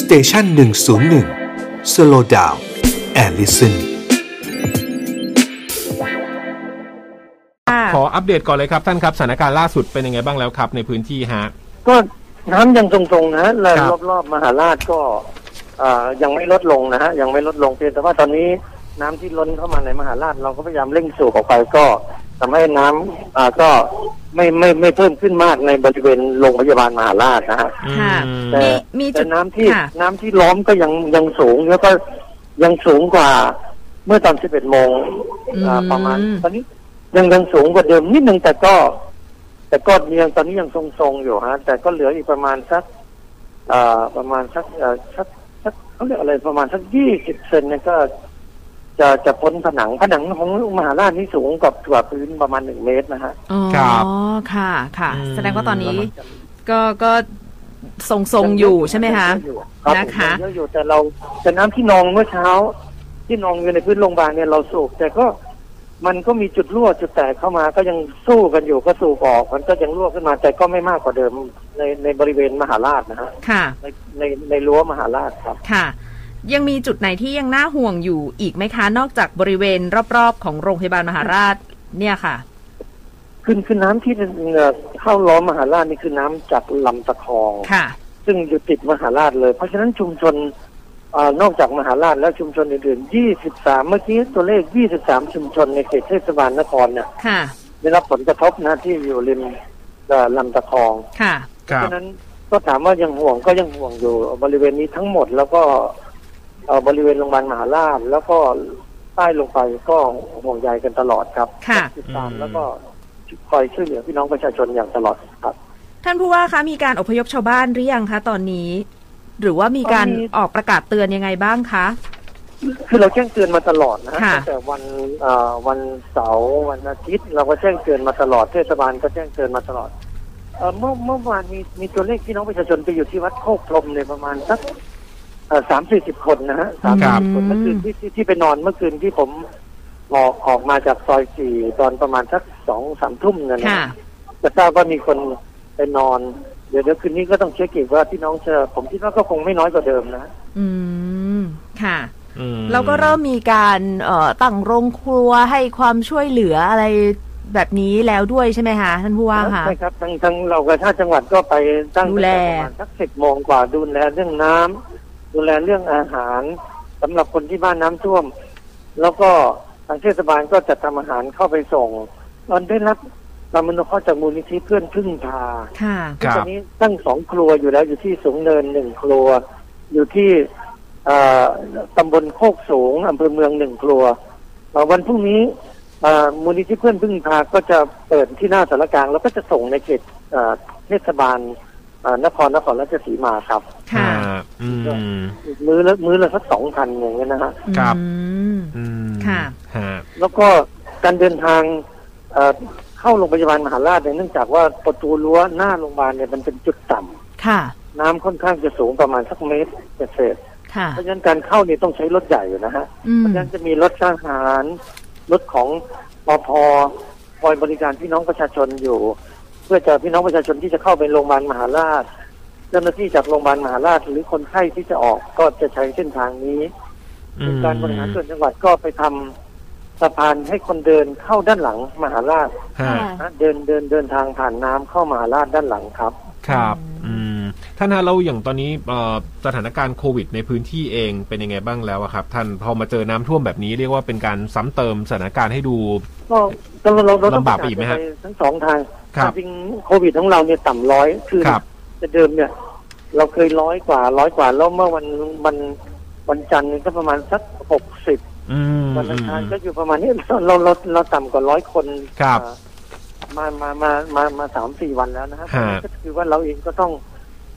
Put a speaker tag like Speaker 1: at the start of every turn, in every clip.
Speaker 1: สเตชันหนึ่งศูนย์หนึ่งสโลดาวแอลลิสัน
Speaker 2: ค่ะ
Speaker 3: ขออัปเดตก่อนเลยครับท่านครับสถานการณ์ล่าสุดเป็นยังไงบ้างแล้วครับในพื้นที่ฮะ
Speaker 4: ก็น้ำยังทรงๆนะฮะและ
Speaker 3: ครับ
Speaker 4: รอบๆมหาราชก็อ่ายังไม่ลดลงนะฮะยังไม่ลดลงเพียงแต่ว่าตอนนี้น้ำที่ล้นเข้ามาในมหาราชเราก็พยายามเร่งสูบออกไปก็ทำให้น้ำอ่าก็ไม่ไม่ไม่เพิ่มขึ้นมากในบริเวณโรงพยาบาลมหาราชนะฮะ
Speaker 2: ค่ะ
Speaker 3: อืม
Speaker 4: แต่
Speaker 2: มีมีจุ
Speaker 4: แต่
Speaker 2: ด
Speaker 4: น้ำที่
Speaker 2: ค่ะ
Speaker 4: น้ำที่ล้อมก็ยังยังสูงแล้วก็ยังสูงกว่าเมื่อตอน 11โมงอ่า
Speaker 2: อืม
Speaker 4: ประมาณ ตอนนี้ยังยังสูงกว่าเดิมนิดนึงแต่ก็ แต่ก็ยังตอนนี้ยังทรงๆอยู่ฮะ แต่ก็เหลืออีกประมาณสักอ่าประมาณสักเอ่อสักสักเขาเรียกอะไรประมาณสัก 20เซนเนี่ยก็ จะจะพ้นผนังผนังของมหาราชนี่สูงกับกว่าพื้นประมาณหนึ่งเมตรนะฮะ
Speaker 2: อ๋อ
Speaker 3: ครับ
Speaker 2: ค่ะค่ะ
Speaker 3: อืม
Speaker 2: แสดงว่าตอนนี้ก็ก็ทรงๆอยู่ใช่ไหมคะ
Speaker 4: รับผม
Speaker 2: นะคะ
Speaker 4: ยังเยอะอยู่แต่เราแต่น้ำที่นองเมื่อเช้า ที่นองอยู่ในพื้นโรงพยาบาลเนี่ยเราสูบแต่ก็มันก็มีจุดรั่วจุดแตกเข้ามา ก็ยังสู้กันอยู่ก็สูบออก มันก็ยังรั่วขึ้นมา แต่ก็ไม่มากกว่าเดิมในในบริเวณมหาราชนะฮะ
Speaker 2: ค่ะ
Speaker 4: ในในในรั้วมหาราชครับ
Speaker 2: ค่ะ ยังมีจุดไหนที่ยังน่าห่วงอยู่อีกไหมคะ นอกจากบริเวณรอบๆ ของโรงพยาบาลมหาราชเนี่ยค่ะ
Speaker 4: ขึ้นขึ้นน้ำที่เอ่อเข้าล้อมมหาราชนี่คือน้ำจากลำตะคอง
Speaker 2: ค่ะ
Speaker 4: ซึ่งอยู่ติดมหาราชเลย เพราะฉะนั้นชุมชนเออนอกจากมหาราชแล้วชุมชนอื่นๆ 23 เมื่อกี้ตัวเลข 23 ชุมชนในเขตเทศบาลนครเนี่ย
Speaker 2: ค่ะ
Speaker 4: ได้รับผลกระทบนะที่อยู่ริมเอ่อลำตะคอง
Speaker 2: ค่ะ
Speaker 3: ค
Speaker 4: เพ
Speaker 3: รั
Speaker 4: ราะ
Speaker 3: บ
Speaker 4: ฉะนั้นก็ถามว่ายังห่วงก็ยังห่วงอยู่บริเวณนี้ทั้งหมดแล้วก็เอ่อบริเวณโรงพยาบาลมหาราชแล้วก็ใต้ลงไปก็ห่วงใยกันตลอดครับ
Speaker 2: ค่ะ
Speaker 4: ติดตาม
Speaker 3: อืม
Speaker 4: แล้วก็คอยช่วยเหลือพี่น้องประชาชนอย่างตลอดครับ
Speaker 2: ท่านผู้ว่าคะมีการอพยพชาวบ้านหรือยังคะตอนนี้ หรือว่ามีการ
Speaker 4: ตอนนี้
Speaker 2: ออกประกาศเตือนยังไงบ้างคะ
Speaker 4: คือเราแจ้งเตือนมาตลอดนะฮะ
Speaker 2: ค่ะ
Speaker 4: ตั้งแต่วันเอ่อวันเสาร์วันอาทิตย์ เราก็แจ้งเตือนมาตลอดเทศบาลก็แจ้งเตือนมาตลอดเอ่อเมื่อเมื่อวานมีมีตัวเลขพี่น้องประชาชนไปอยู่ที่วัดโคกพรหมเนี่ยประมาณสักสามสี่สิบคนนะฮะสาม
Speaker 3: ครับ
Speaker 4: คนเมื่อคืนที่ที่ที่ไปนอนเมื่อคืนที่ผมออกออกมาจากซอยสี่ตอนประมาณสักสองสามทุ่มเนี่ยนะ
Speaker 2: ค่ะ
Speaker 4: ฮะ จะทราบว่ามีคนไปนอน เดี๋ยวเดี๋ยวคืนนี้ก็ต้องเช็คอีกว่าพี่น้องจะผมคิดว่าก็คงไม่น้อยกว่าเดิมนะฮะ
Speaker 2: อืมค่ะ
Speaker 3: อื
Speaker 2: แล้วก็เริ่มมีการเอ่อตั้งโรงครัวให้ความช่วยเหลืออะไรแบบนี้แล้วด้วยใช่ไหมคะท่านผู้ว่าคะ
Speaker 4: ใช่ครับทางทางเรากระชาติจังหวัดก็ไปตั้ง
Speaker 2: ดูแล
Speaker 4: ต่ประมาณสักสิบโมงกว่าดูแลเรื่องน้ำดูแลเรื่องอาหารสำหรับคนที่บ้านน้ำท่วม แล้วก็ทางเทศบาลก็จัดทำอาหารเข้าไปส่งตอนได้รับความอนุเคราะห์จากมูลนิธิเพื่อนพึ่งพา
Speaker 2: ค่ะ
Speaker 3: ครั
Speaker 4: ตอบ นนี้ตั้งสองครัวอยู่แล้วอยู่ที่สูงเนินหนึ่งครัว อยู่ที่เอ่อตำบลโคกสูงอำเภอเมืองหนึ่งครัวเอ่อวันพรุ่งนี้เอ่อมูลนิธิเพื่อนพึ่งพาก็จะเปิดที่หน้าสารกลาง แล้วก็จะส่งในเขตเอ่อเทศบาลเอ่อนครนครราชสีมาครับ
Speaker 2: ค่ะ
Speaker 3: อ่าอืม
Speaker 4: มือละมือละสักสองพันอย่างเงี้ยนะฮะ
Speaker 3: ครับ
Speaker 2: อืม
Speaker 3: อืม
Speaker 2: ค่ะ
Speaker 3: ฮะ
Speaker 4: แล้วก็การเดินทางเอ่อเข้าโรงพยาบาลมหาราชเนี่ยเนื่องจากว่าประตูรั้วหน้าโรงพยาบาลเนี่ยมันเป็นจุดต่ำ
Speaker 2: ค่ะ
Speaker 4: น้ำค่อนข้างจะสูงประมาณสักเมตรเศษ
Speaker 2: ค่ะ
Speaker 4: เพราะฉะนั้นการเข้านี่ต้องใช้รถใหญ่อยู่นะฮะ
Speaker 2: อื
Speaker 4: เพ
Speaker 2: ม
Speaker 4: ราะฉะนั้นจะมีรถทหารรถของปพคอยบริการพี่น้องประชาชนอยู่ เพื่อจะพี่น้องประชาชนที่จะเข้าไปโรงพยาบาลมหาราช เจ้าหน้าที่จากโรงพยาบาลมหาราชหรือคนไข้ที่จะออกก็จะใช้เส้นทางนี้
Speaker 3: อืม
Speaker 4: การบริหารส่วนจังหวัดก็ไปทำสะพานให้คนเดินเข้าด้านหลังมหาราช
Speaker 3: ฮะ
Speaker 4: นะเดินเดินเดินทางผ่านน้ำเข้ามหาราชด้านหลังครับ
Speaker 3: ครับ อืมท่านฮะเราอย่างตอนนี้เอ่อสถานการณ์โควิด ในพื้นที่เองเป็นยังไงบ้างแล้วอะครับ ท่านพอมาเจอน้ำท่วมแบบนี้เรียกว่าเป็นการซ้ำเติมสถานการณ์ให้ดู
Speaker 4: ก็เราเราเราต้อง
Speaker 3: ลำบากไปอีกไหมฮะ
Speaker 4: ทั้งสองทาง
Speaker 3: ครับ
Speaker 4: จริงๆโควิดของเราเนี่ยต่ำร้อยคือ
Speaker 3: ครับ
Speaker 4: แต่เดิมเนี่ย เราเคยร้อยกว่าร้อยกว่าแล้วเมื่อวันวันวันจันทร์นี่ก็ประมาณสักหกสิบ
Speaker 3: อืม
Speaker 4: วันอังคาร
Speaker 3: อืม
Speaker 4: ก็อยู่ประมาณนี้เราเราเราเราต่ำกว่าร้อยคน
Speaker 3: ครับ
Speaker 4: อ่ามามามามามาสามสี่วันแล้วนะฮะ
Speaker 3: ฮะ
Speaker 4: ก็คือว่าเราเองก็ต้อง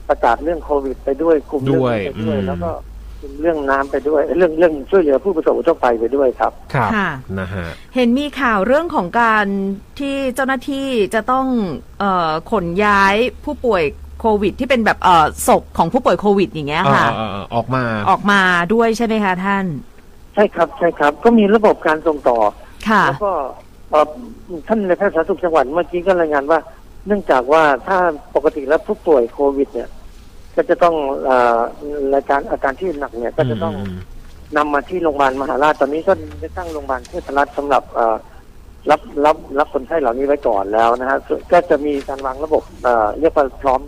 Speaker 4: ประกาศเรื่องโควิดไปด้วยคุมเรื่องนี้ไปด้
Speaker 3: ด้วย
Speaker 4: วย
Speaker 3: อืม
Speaker 4: แล้วก็คุมเรื่องน้ำไปด้วย เรื่องเรื่องช่วยเหลือผู้ประสบอุทกภัยไปด้วยครับ
Speaker 3: ครับ
Speaker 2: ค่ะ
Speaker 3: นะฮะ
Speaker 2: เห็นมีข่าวเรื่องของการที่เจ้าหน้าที่จะต้องเอ่อขนย้ายผู้ป่วยโควิด ที่เป็นแบบเอ่อศพของผู้ป่วยโควิด อย่างเงี้ยค่ะ
Speaker 3: เออเออเออออกมา
Speaker 2: ออกมาด้วยใช่ไหมคะท่าน
Speaker 4: ใช่ครับใช่ครับ ก็มีระบบการส่งต่อ
Speaker 2: ค่ะ
Speaker 4: แล้วก็เอ่อท่านในายแพทย์สาธารณสุขจังหวัดเมื่อกี้ก็รายงานว่า เนื่องจากว่าถ้าปกติแล้วผู้ป่วยโควิด เนี่ย ก็จะต้องเอ่อรายการอาการที่หนักเนี่ย ก็จะต้อง
Speaker 3: ม
Speaker 4: นำมาที่โรงพยาบาลมหาราชตอนนี้ก็ได้ตั้งโรงพยาบาลเทพรัตน์สำหรับเอ่อรับรับรับคนไข้เหล่านี้ไว้ก่อนแล้วนะฮะส่วนก็จะมีการวางระบบเอ่อเรียกว่าพร้อม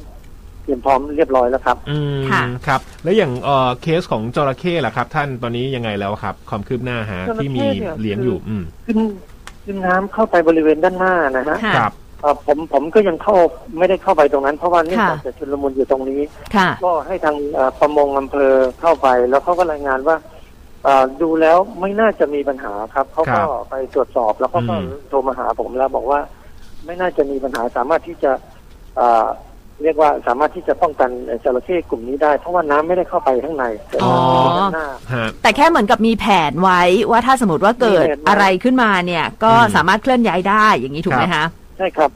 Speaker 4: เตรียมพร้อมเรียบร้อยแล้วครับ
Speaker 3: อืม
Speaker 2: ค่ะ
Speaker 3: ครับ แล้วอย่างเอ่อเคสของจระเข้ล่ะครับ ท่านตอนนี้ยังไงแล้วครับ ความคืบหน้าฮะ
Speaker 4: จระเข้
Speaker 3: ที่มี
Speaker 4: เนี่ย
Speaker 3: เลี้ยงอยู่ อืม
Speaker 4: ขึ้นขึ้นน้ำเข้าไปบริเวณด้านหน้านะฮะ
Speaker 2: ค่ะ
Speaker 3: ครับ
Speaker 4: เอ่อผมผมก็ยังเข้าไม่ได้เข้าไปตรงนั้น เพราะว่าเนื่องจาก
Speaker 2: ค่ะ
Speaker 4: จะชุลมุนอยู่ตรงนี้
Speaker 2: ค่ะ
Speaker 4: ก็ให้ทางเอ่อประมงอำเภอเข้าไป แล้วเขาก็รายงานว่าเอ่อดูแล้วไม่น่าจะมีปัญหาครับเขา
Speaker 3: ค
Speaker 4: ก็
Speaker 3: รับ
Speaker 4: ไปตรวจสอบแล้วเขาก็
Speaker 3: อืม
Speaker 4: โทรมาหาผมแล้วบอกว่าไม่น่าจะมีปัญหาสามารถที่จะเอ่อเรียกว่าสามารถที่จะป้องกันจระเข้กลุ่มนี้ได้ เพราะว่าน้ำไม่ได้เข้าไปข้างในแต่น้ำอยู่ด้านหน้า
Speaker 3: ฮะ
Speaker 2: แต่แค่เหมือนกับมีแผนไว้ว่าถ้าสมมติว่าเกิด
Speaker 4: มีแผนไว้
Speaker 2: อะไรขึ้นมาเนี่ย ก็
Speaker 3: อืม
Speaker 2: สามารถเคลื่อนย้ายได้อย่างนี้ถูกไหมคะ
Speaker 4: ใช่ครับ